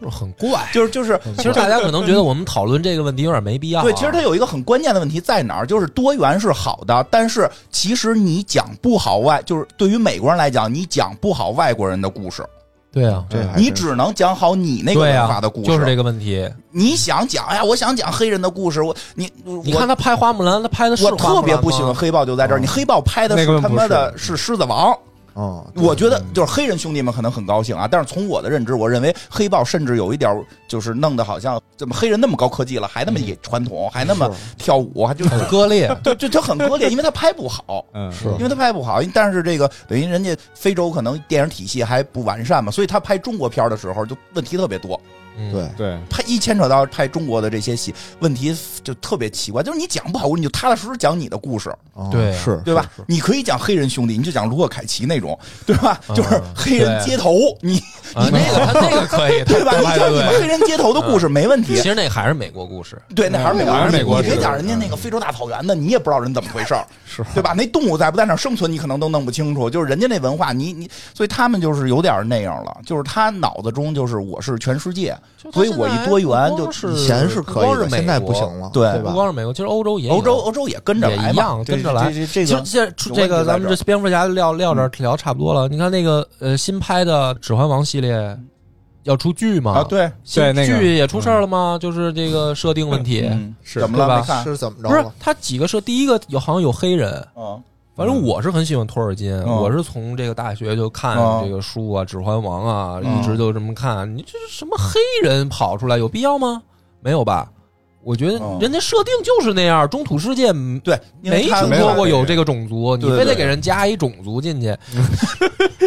就是很怪就是就是，其实大家可能觉得我们讨论这个问题有点没必要啊。对，其实它有一个很关键的问题在哪儿，就是多元是好的，但是其实你讲不好外，就是对于美国人来讲，你讲不好外国人的故事，对啊，嗯这还你真是只能讲好你那个对文啊化的故事。就是这个问题。你想讲，哎呀，我想讲黑人的故事，我你你我看他拍花木兰，他拍的是我花木兰特别不喜吗欢啊黑豹，就在这儿。嗯你黑豹拍的那个是他不妈是的是狮子王，哦，对我觉得就是黑人兄弟们可能很高兴啊，但是从我的认知，我认为黑豹甚至有一点儿就是弄得好像怎么黑人那么高科技了，还那么也传统，还那么跳舞，还 就很割 裂。对，就就很割裂，因为他拍不好。嗯是因为他拍不好，但是这个等于人家非洲可能电影体系还不完善嘛，所以他拍中国片儿的时候就问题特别多。嗯，对，对，拍一牵扯到拍中国的这些戏，问题就特别奇怪，就是你讲不好，你就踏踏实实讲你的故事，哦对是，对吧是？是你可以讲黑人兄弟，你就讲卢克凯奇那种，对吧？嗯就是黑人街头，你啊，那个他那个可 以，对吧？他你拍讲的你们黑对。人街头的故事没问题其，实那还是美国故事，对，那还是美还国是美国你可以是讲人家那个非洲大草原的，你也不知道人怎么回 事儿，是对吧？那动物在不在那儿生存，你可能都弄不清楚。就是人家那文化，你你，所以他们就是有点那样了，就是他脑子中就是我是全世界，所以我一多元就以前是不可光以是的，美现在不国行了，对对不吧？光是美国，其实欧洲也有欧洲欧洲也跟着也来一嘛。样这跟着来。这这其这实个这有这问个题在咱们这这儿蝙蝠侠聊聊这儿聊差不多了。你看那个呃新拍的《指环王》系列要出剧嘛？啊，，对，对那个剧也出事儿了吗？就是这个设定问题，嗯是怎么对吧了？没看，哎是怎么着不是了？他几个设，第一个有好像有黑人。嗯反正我是很喜欢托尔金，嗯我是从这个大学就看嗯这个书啊，《指环王》啊，嗯一直就这么看。你这是什么黑人跑出来有必要吗？没有吧？我觉得嗯人家设定就是那样，中土世界嗯对，因为没他听没说有过有这个种族，你对对非得对给人加一种族 进去。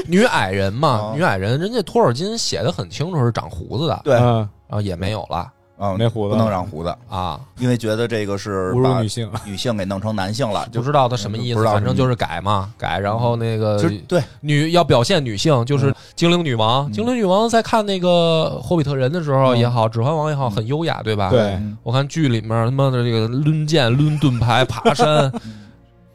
女矮人嘛，啊女矮人，人家托尔金写的很清楚是长胡子的，对，嗯，然后也没有了嗯，没胡子不能长胡子，啊，因为觉得这个是侮辱把女性，女性给弄成男性了，不就是嗯知道他什么意不思，知道反什么正意思就是改嘛，改，然后那个就对，女要表现女性，就是精灵女王。嗯精灵女王在看那个《霍比特人》的时候嗯也好，《指环王》也好，嗯很优雅，对吧？对嗯我看剧里面他妈的这个抡剑、抡盾牌、爬 山，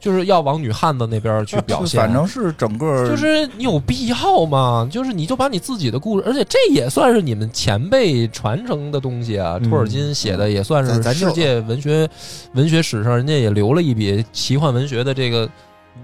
就是要往女汉子那边去表现。反正是整个就是你有必要吗？就是你就把你自己的故事，而且这也算是你们前辈传承的东西啊。嗯托尔金写的也算咱是咱就世界文学文学史上，人家也留了一笔奇幻文学的这个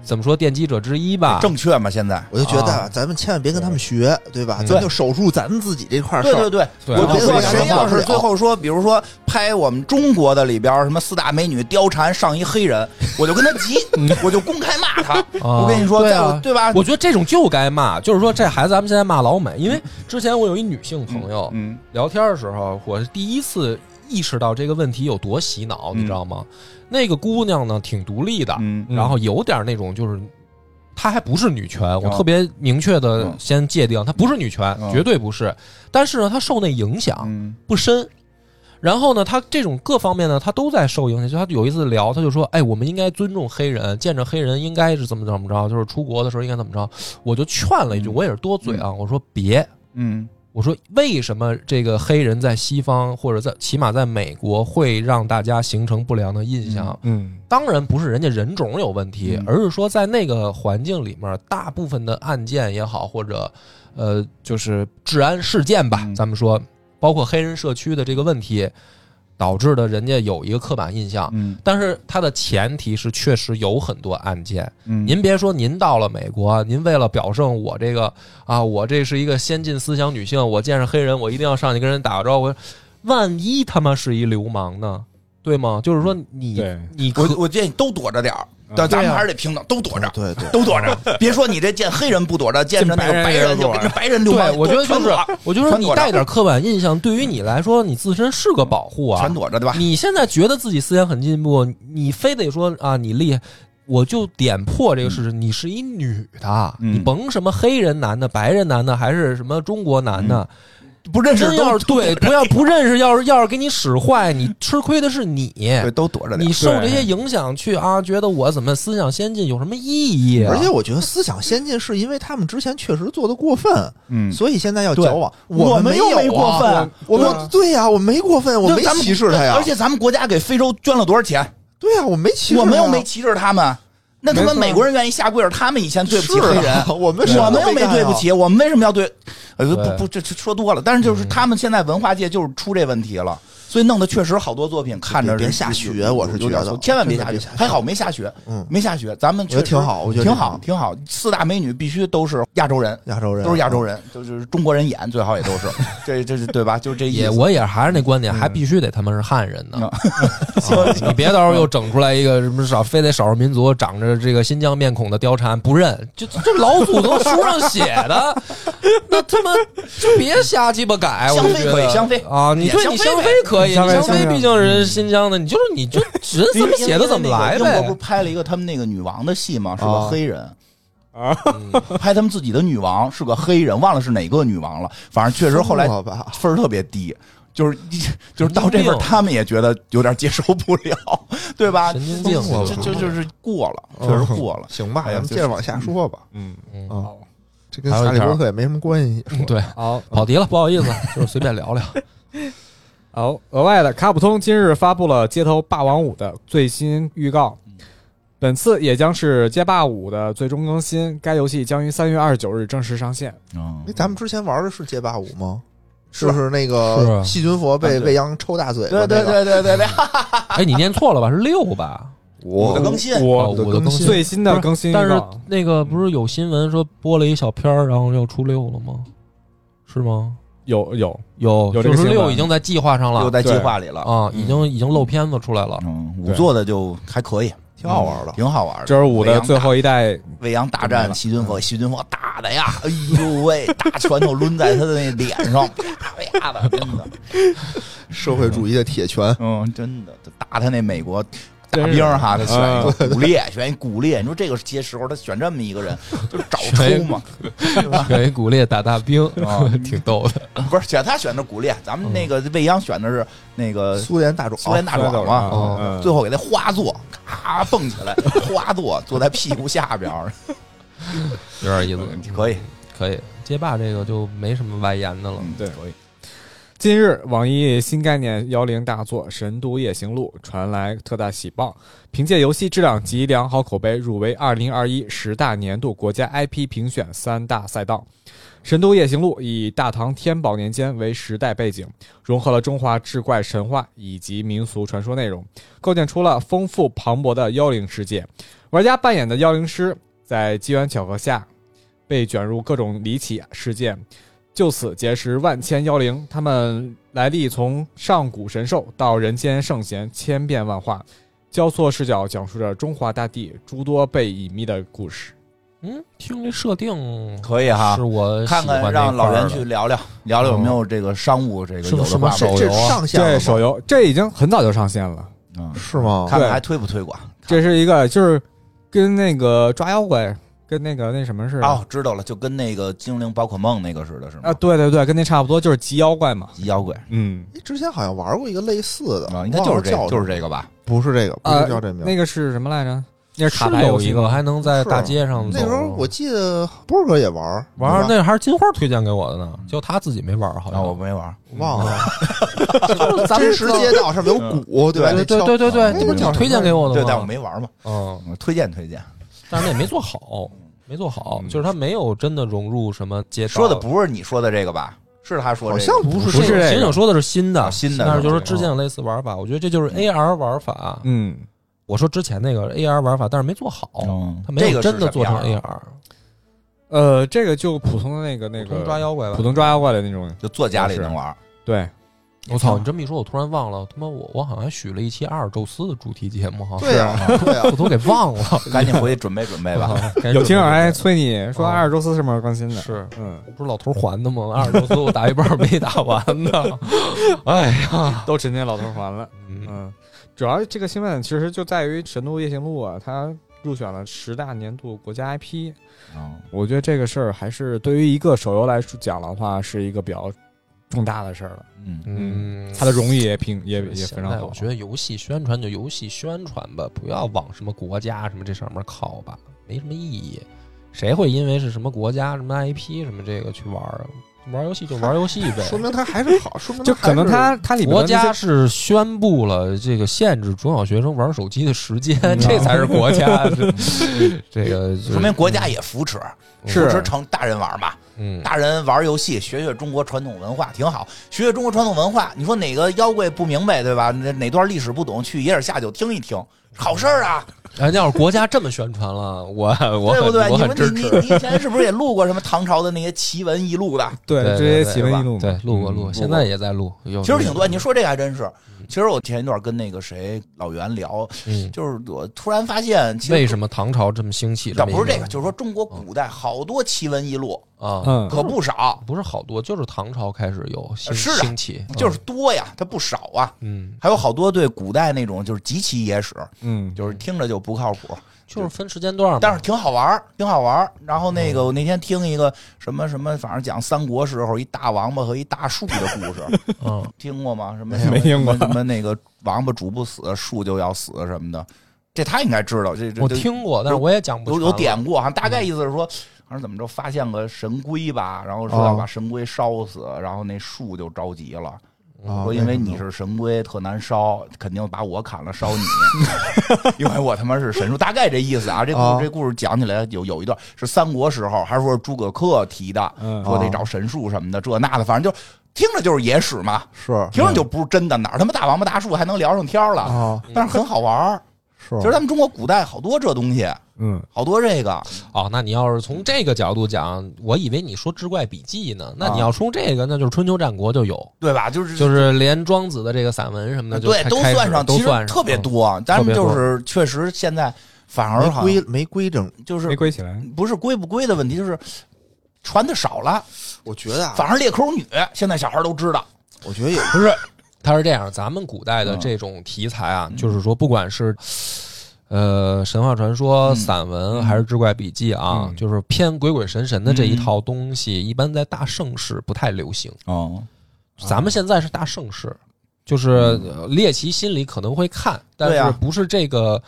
怎么说奠基者之一吧。正确嘛，现在。我就觉得啊啊咱们千万别跟他们学，对吧？嗯咱就守住咱们自己这块事对儿对。对，对啊我然后就说谁要谁是也最后说，比如说拍我们中国的里边儿什么四大美女貂蝉上一黑 人，我就跟他急，我就公开骂他。啊我跟你说，对在我啊，嗯对吧？我觉得这种就该骂，就是说这孩子咱们现在骂老美，因为之前我有一女性朋友嗯聊天的时候，我是第一次意识到这个问题有多洗脑，你知道吗？那个姑娘呢挺独立的，嗯嗯然后有点那种就是。她还不是女权，我啊特别明确的嗯先界定，她不是女权，嗯绝对不是。但是呢，她受那影响，嗯不深。然后呢，他这种各方面呢，他都在受影响。就他有一次聊，他就说：“哎，我们应该尊重黑人，见着黑人应该是怎么怎么着，就是出国的时候应该怎么着。”我就劝了一句，嗯我也是多嘴啊，我说别，嗯我说为什么这个黑人在西方或者在起码在美国会让大家形成不良的印象？嗯当然不是人家人种有问题，嗯而是说在那个环境里面，大部分的案件也好，或者呃，就是治安事件吧，嗯咱们说，包括黑人社区的这个问题，导致的人家有一个刻板印象。嗯但是它的前提是，确实有很多案件。嗯您别说，您到了美国，您为了表证我这个啊，我这是一个先进思想女性，我见着黑人，我一定要上去跟人打个招呼。万一他妈是一流氓呢，对吗？就是说你对你可我我建议都躲着点儿，嗯但咱对们啊还是得平等，都躲着，对对，都躲着。别说你这见黑人不躲着，啊见着那个见白白人也人就躲着跟着白人流氓，对，我觉得就是，啊我就说全你躲着带点刻板印象，对于你来说，你自身是个保护啊全。躲着，对吧？你现在觉得自己思想很进步，你非得说啊你厉害，我就点破这个事实，你是一女的，嗯你甭什么黑人男的、白人男的，还是什么中国男的，不认识真嗯都要是对，不要不认识，要是要是给你使坏，你吃亏的是你。对都躲着点你儿。受这对些影响去啊，觉得我怎么思想先进有什么意义、啊？而且我觉得思想先进是因为他们之前确实做的过分，嗯所以现在要对矫枉。我们没又有没过啊分啊我对们啊对呀，我没过分，我没咱们歧视他呀而。且咱们国家给非洲捐了多少钱？对呀，我没歧视他呀，我们又没歧视他们，那他没妈错美国人愿意下跪儿，他们以前对不起是啊黑人。，我们我们又没干对不啊。起，我们为什么要对？呃，对不不，这这说多了。但是就是他们现在文化界就是出这问题了，所以弄得确实好多作品看着别别下有雪有我是有点觉得错千万别下真雪的别下。雪还好没下雪，嗯，没下雪，咱们我觉得确实挺好我觉得挺挺好，好挺好。四大美女必须都是亚洲人，亚洲人都是亚洲人，就是中国人演最好也都 是，这这对吧？就这意也思。我也还是那观点，还必须得他妈是汉人呢。 嗯啊你别到时候又整出来一个什么少，非得少数民族长着这个新疆面孔的貂蝉不认，就这老祖宗书上写的， 那他妈就别瞎鸡巴改。我香就妃觉可以得香妃啊，你演对香你妃香妃可以，香你妃香香妃妃毕竟是新疆的，你就是你就人怎么写的怎么来英国不呗是。拍了一个他们那个女王的戏吗？是个啊黑人，儿，拍他们自己的女王是个黑人，忘了是哪个女王了，反正确实后来说吧，分儿特别低，就是 一就是到这份儿他们也觉得有点接受不了，对吧？神经病就就就是过了，确实过了。嗯行吧，哎呀咱们接着往下说吧。嗯，嗯啊，好，这跟还有一哈利波条特也没什么关系。嗯对，好，跑题了，不好意思，就是随便聊聊。好，额外的，卡普通今日发布了《街头霸王五》的最新预告嗯，本次也将是《街霸五》的最终更新，该游戏将于三月二十九日正式上线。嗯哎，咱们之前玩的是街霸五吗？是就是那是个啊细菌佛被啊对未央抽大嘴巴对那个，对对对对对，哎，你念错了吧？是六吧？我的更新哦我五的的更更新新。最新的更新预但是告，那个不是有新闻说播了一小片儿，然后要出六了吗？是吗？有有有有这就个是新闻六已经在计划上又了在计划里了。啊，已经已经露片子出来了。嗯，五对做的就还可以，嗯挺好玩的。挺好玩的。就是五的最后一代，未央大战细菌佛，细菌佛打的呀，哎呦喂，大拳头抡在他的那脸上，啪啪的，真的，社会主义的铁拳， 嗯，真的打他那美国大真是兵儿哈，他选嗯一个骨裂，选一骨裂，你说这个些时候他选这么一个人，就是找抽嘛，选一骨裂打大兵啊，挺逗的。不是选他选的骨裂，咱们那个未央选的是那个苏联大壮，嗯苏联大壮嘛，哦嗯嗯最后给他花坐，咔蹦起来，花坐坐在屁股下边儿，有点意思，可以，可以。街霸这个就没什么外延的了。嗯，对可以，近日，网易新概念幺零大作《神都夜行录》传来特大喜报，凭借游戏质量及良好口碑，入围二零二一十大年度国家 IP 评选三大赛道。《神都夜行录》以大唐天宝年间为时代背景，融合了中华志怪神话以及民俗传说内容，构建出了丰富磅礴的妖灵世界。玩家扮演的妖灵师在机缘巧合下被卷入各种离奇事件，就此结识万千妖灵，他们来历从上古神兽到人间圣贤，千变万化，交错视角讲述着中华大地诸多被隐秘的故事。嗯，听这设定可以哈是。我喜看欢那啊看，一块儿让老袁的去聊聊聊聊有没有这个商务这个是有不的是话什么吧这手这游啊上线了这吗手游这已经很早就上线了，嗯，是吗？看看对还推不推广。啊这是一个就是跟那个抓妖怪跟那个那什么似的、哦，知道了，就跟那个精灵宝可梦那个似的，是吗啊，？对对对，跟那差不多，就是集妖怪嘛。极妖怪嗯，哎之前好像玩过一个类似的，啊，应该就是这个，忘了叫就是什么这个吧？不是这个，不啊是叫这名。那个是什么来着？那是卡是牌游有戏一个吗还能在大街上走。啊那时候我记得波哥也玩，玩儿对吧那还是金花推荐给我的呢，就他自己没玩儿，好啊，我像。没玩，忘了，就是咱们真实街道上面有嗯鼓，对吧？对那对敲对对对，那那不个是叫你什推荐么给我的对，但我吗？没玩嘛，嗯，嗯推荐推荐。但是那也没做好，没做好，就是他没有真的融入什么街道。说的不是你说的这个吧？是他说好这个像不不是是这个秦九说的是新的，啊新的但是就是说是吧致敬类似玩法，我觉得这就是 AR 玩法。嗯，我说之前那个 AR 玩法，但是没做好，嗯他没这有个是真的做成什么样 AR，呃，这个就普通的那个那普个通抓妖怪吧普。通抓妖怪的那种，就坐家里能玩。对，我操！你这么一说，我突然忘了，他妈我我好像还许了一期阿尔宙斯的主题节目，哈，对啊呀、对呀、我都给忘了。赶紧回去准备准备 吧。我操有听友还催你说哦阿尔宙斯什么时候更新的？是嗯，不是老头还的吗？阿尔宙斯我打一半没打完呢。哎呀，都陈年老头环了。嗯嗯，主要这个新闻其实就在于《神都夜行录》啊，它入选了十大年度国家 IP。嗯我觉得这个事儿还是对于一个手游来说讲的话，是一个比较重大的事儿了。嗯，嗯，它的荣誉也评也也现非常在好。啊我觉得游戏宣传就游戏宣传吧，不要往什么国家什么这上面靠吧，没什么意义。谁会因为是什么国家、什么 IP、什么这个去玩儿啊？玩游戏就玩游戏呗。说明他还是 好，说明就他还可能是它它里边国的那些家是宣布了这个限制中小学生玩手机的时间，嗯这才是国家。这这个就是说明国家也扶持，扶是持成大人玩嘛。嗯，大人玩游戏，学学中国传统文化挺好。学学中国传统文化，你说哪个妖怪不明白对吧？哪哪段历史不懂，去野尔下酒听一听，好事儿啊，哎，要是国家这么宣传了，我我对很不对？我你很们支你持你。你以前是不是也录过什么唐朝的那些奇闻异录的？对对这对些对奇闻异录嘛，对，录过嗯录过，嗯现在也在录。其其实挺多。你说这个还真是。其实我前一段跟那个谁老袁聊，嗯，就是我突然发现，其实为什么唐朝这么兴起？倒不是么一嗯这个，就是说中国古代好多奇闻异录，啊，嗯，可不少，不是好多，就是唐朝开始有兴是的兴起，就是多呀，它不少啊。嗯还有好多对古代那种就是极其野史，嗯，就是听着就不靠谱，就是分时间段嘛。啊但是挺好玩儿，挺好玩儿。然后那个我那天听一个什么什么，反正讲三国时候一大王八和一大树的故事， 嗯，听过吗？什么没听过什么什么那个王八煮不死，树就要死什么的，这他应该知道。这这我这听过，但是我也讲不有全有了嗯典故，好像大概意思是说，好像怎么着发现个神龟吧，然后哦说要把神龟烧死，然后那树就着急了，哦啊说因为你是神龟特难烧，肯定把我砍了烧 你，因为我他妈是神树，大概这意思啊。这故、哦这故事讲起来有有一段是三国时候，还是说是诸葛恪提的，嗯说哦得找神树什么的，这那的，反正就听着就是野史嘛，是听着就不是真的，哪儿他妈大王八大树还能聊上天儿哦了？啊但是很好玩儿，是其实咱们中国古代好多这东西，嗯，好多这个。哦，那你要是从这个角度讲，我以为你说《志怪笔记》呢。那你啊要说这个，那就是春秋战国就有，对吧？就是就是连庄子的这个散文什么的，就对开都开始算上，都其实算上特别嗯多。咱特们别就多是确实现在反而没好像规没规整，就是嗯没归起来，不是归不归的问题，就是传的少了， 我觉得啊，反而裂口女现在小孩都知道。我觉得也不是，他是这样，咱们古代的嗯这种题材啊，就是说，不管是呃神话传说、嗯散文还是志怪笔记啊，嗯就是偏鬼鬼神神的这一嗯套东西，一般在大盛世不太流行。哦，咱们现在是大盛世，就是呃猎奇心理可能会看，嗯但对啊是不是这个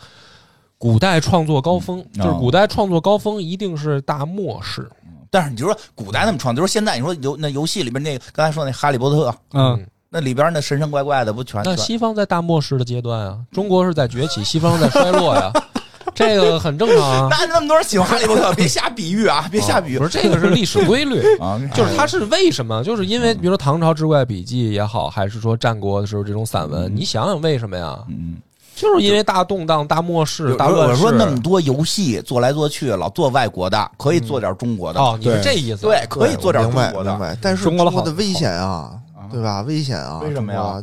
古代创作高峰？嗯就是古代创作高峰一定是大末世。但是你就说古代那么传，就说现在你说游那游戏里边那个刚才说那哈利波特，嗯，那里边那神神怪怪的不全？那西方在大末世的阶段啊，中国是在崛起，西方是在衰 落呀、这个很正常啊。那那么多人喜欢哈利波 特，别瞎比喻啊，别瞎比喻不是这个是历史规律， 啊，就是它是为什么？就是因为比如说唐朝志怪笔记也好，还是说战国的时候这种散文，你想想为什么呀？嗯。嗯就是因为大动荡、大末世、大乱我世。说那么多游戏做来做去，老做外国的，可以做点中国的，哦，你是对这意思？对，可以做点明中白国的明。白，但是中中国的的好危险啊啊，对吧？危险啊，为什么呀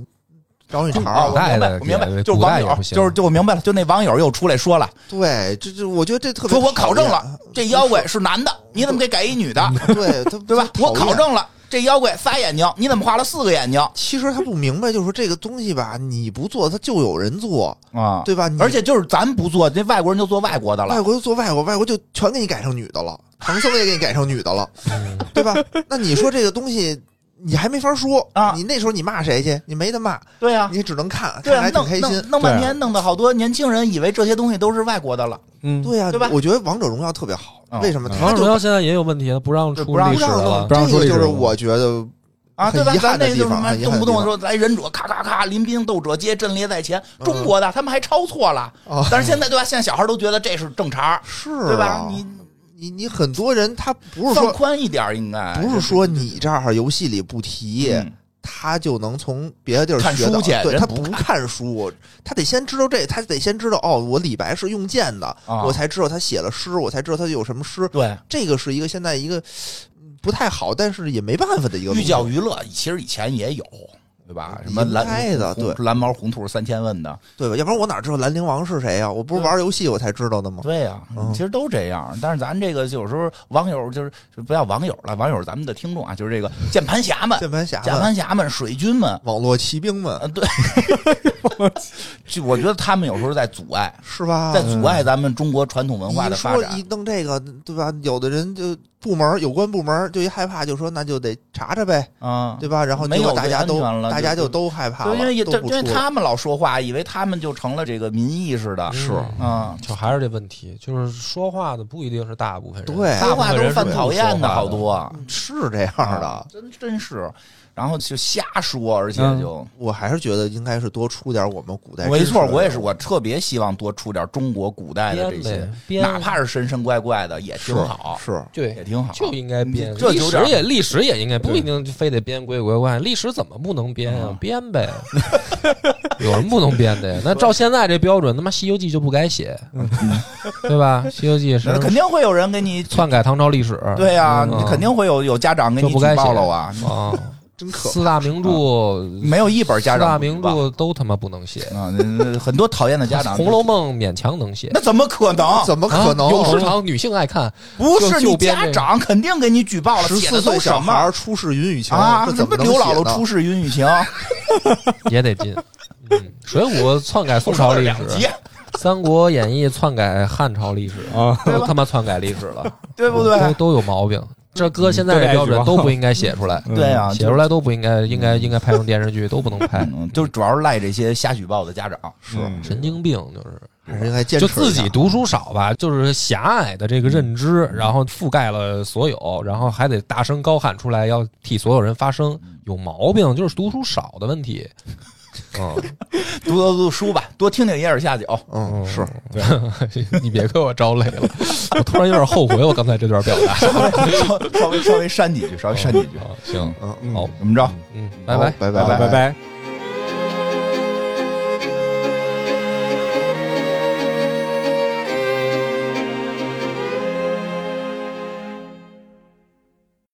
中国啊？找你茬啊，儿我古代明白，的我明白，也就是古代网也友，不行就是就我明白了，就那网友又出来说了，对，这这，我觉得这特别说我讨考证厌了，这妖怪是男的，你怎么给改一女 的， 对他对吧？他我讨考厌证了，这妖怪仨眼睛，你怎么画了四个眼睛其实他不明白，就是说这个东西吧，你不做，他就有人做，啊？对吧？你而且就是咱不做，这外国人就做外国的了外。国就做外国，外国就全给你改成女的了，唐僧也给你改成女的了，嗯对吧？那你说这个东西，你还没法说啊你那时候你骂谁去？你没得骂，对呀，你只能看，对看啊，还挺弄开心。啊弄弄半天，弄得好多年轻人以为这些东西都是外国的了。嗯，对呀、啊对吧我觉得王者荣耀特别好，嗯为什么？嗯他王者就荣耀现在也有问题，它不让对出不让历不史让了弄，。不让这说个历史就是了我觉得啊，很对吧遗？咱憾的那就是什地方么很遗憾的动不动地说来忍者，咔咔咔，临兵斗者皆阵列在前。嗯中国的他们还抄错了，啊，但是现在对吧？现在小孩都觉得这是正常，是对吧啊？你你你很多人他不是放说宽一点，应该不是说你这儿游戏里不提。嗯他就能从别的地儿看学到书去对人他不不看书，他得先知道这，他得先知道哦，我李白是用剑的，啊我才知道他写了诗，我才知道他有什么诗。对这个是一个现在一个嗯不太好，但是也没办法的一个寓教育。于乐，其实以前也有，对吧？什么应蓝该的哦红蓝毛红兔三千问的，对吧？要不然我哪知道兰陵王是谁呀、我不是玩游戏我才知道的吗？对呀、嗯其实都这样。但是咱这个有时候网友就是就不要网友了，网友咱们的听众啊，就是这 个键盘侠们、键盘侠键们、盘侠们、水军们，网络骑兵们呃， 对，就我觉得他们有时候在阻碍，是吧？在阻碍咱们中国传统文化啊你的一发说展一。弄这个，对吧？有的人就部门有关部门就一害怕，就说那就得查查呗，啊，对吧？然后没结果有大这家安都全了大就家就就都害怕就了，因为也都对不因为出了他们老说话，以为他们就成了这个民意似的，是啊，就还是这问题，就是说话的不一定是大部分人，对大说部话分都人是是犯不讨说厌的，话好多。是这样的。啊真真是，然后就瞎说，而且嗯就、我还是觉得应该是多出点我们古代。没错，我也是，。我特别希望多出点中国古代的这编些呗，，编哪怕是神神怪怪的也挺是好，是也对。挺好，就应该编，啊这历有史点也历史也应该不对一定非得编鬼鬼怪怪，历史怎么不能编啊啊？编呗， 有什么不能编的呀？那照现在这标准，他妈《西游记》就不该写，对吧？《西游记》嗯那肯是定会有人给你，篡改唐朝历史，对呀、嗯你肯定会有有家长给你就不该举写报了啊， 啊，真可四大名著，没有一本四嗯家长大不举名报著都他妈不能写，啊，那那很多讨厌的家《长，红楼梦》勉强能写，那怎么可能？怎么可能？啊有时长，女性爱看，不是就你就编家这长肯定给你举报了，十写的四都岁什小孩么儿出示云雨情啊？这什怎么么能刘姥写姥呢出世 云雨情，也得进。嗯，《水浒》篡改 宋我朝说了历两史，啊集，啊《三国演义》篡改汉朝历史，啊， 都他妈篡改历史了，对不都对？都有毛病。这搁现在对的标准举报都 不应该写出来，嗯对啊，写出来都不应该，应该应该拍成电视剧，都不能拍， 嗯，就主要是赖这些瞎举报的家长，是嗯神经病就是。还是应该坚持就一下自己读书少吧，就是狭隘的这个认知，嗯然后覆盖了所有，然后还得大声高喊出来，要替所有人发声，嗯有毛病，就是读书少的 问题。嗯， 多读读书吧，多听听野尔下酒。 嗯是你别给我招累了，我突然有点后悔我刚才这段表达。稍微稍微稍微删几句，稍微删几句。啊行，嗯好，怎么着？嗯，好拜拜。拜拜拜拜。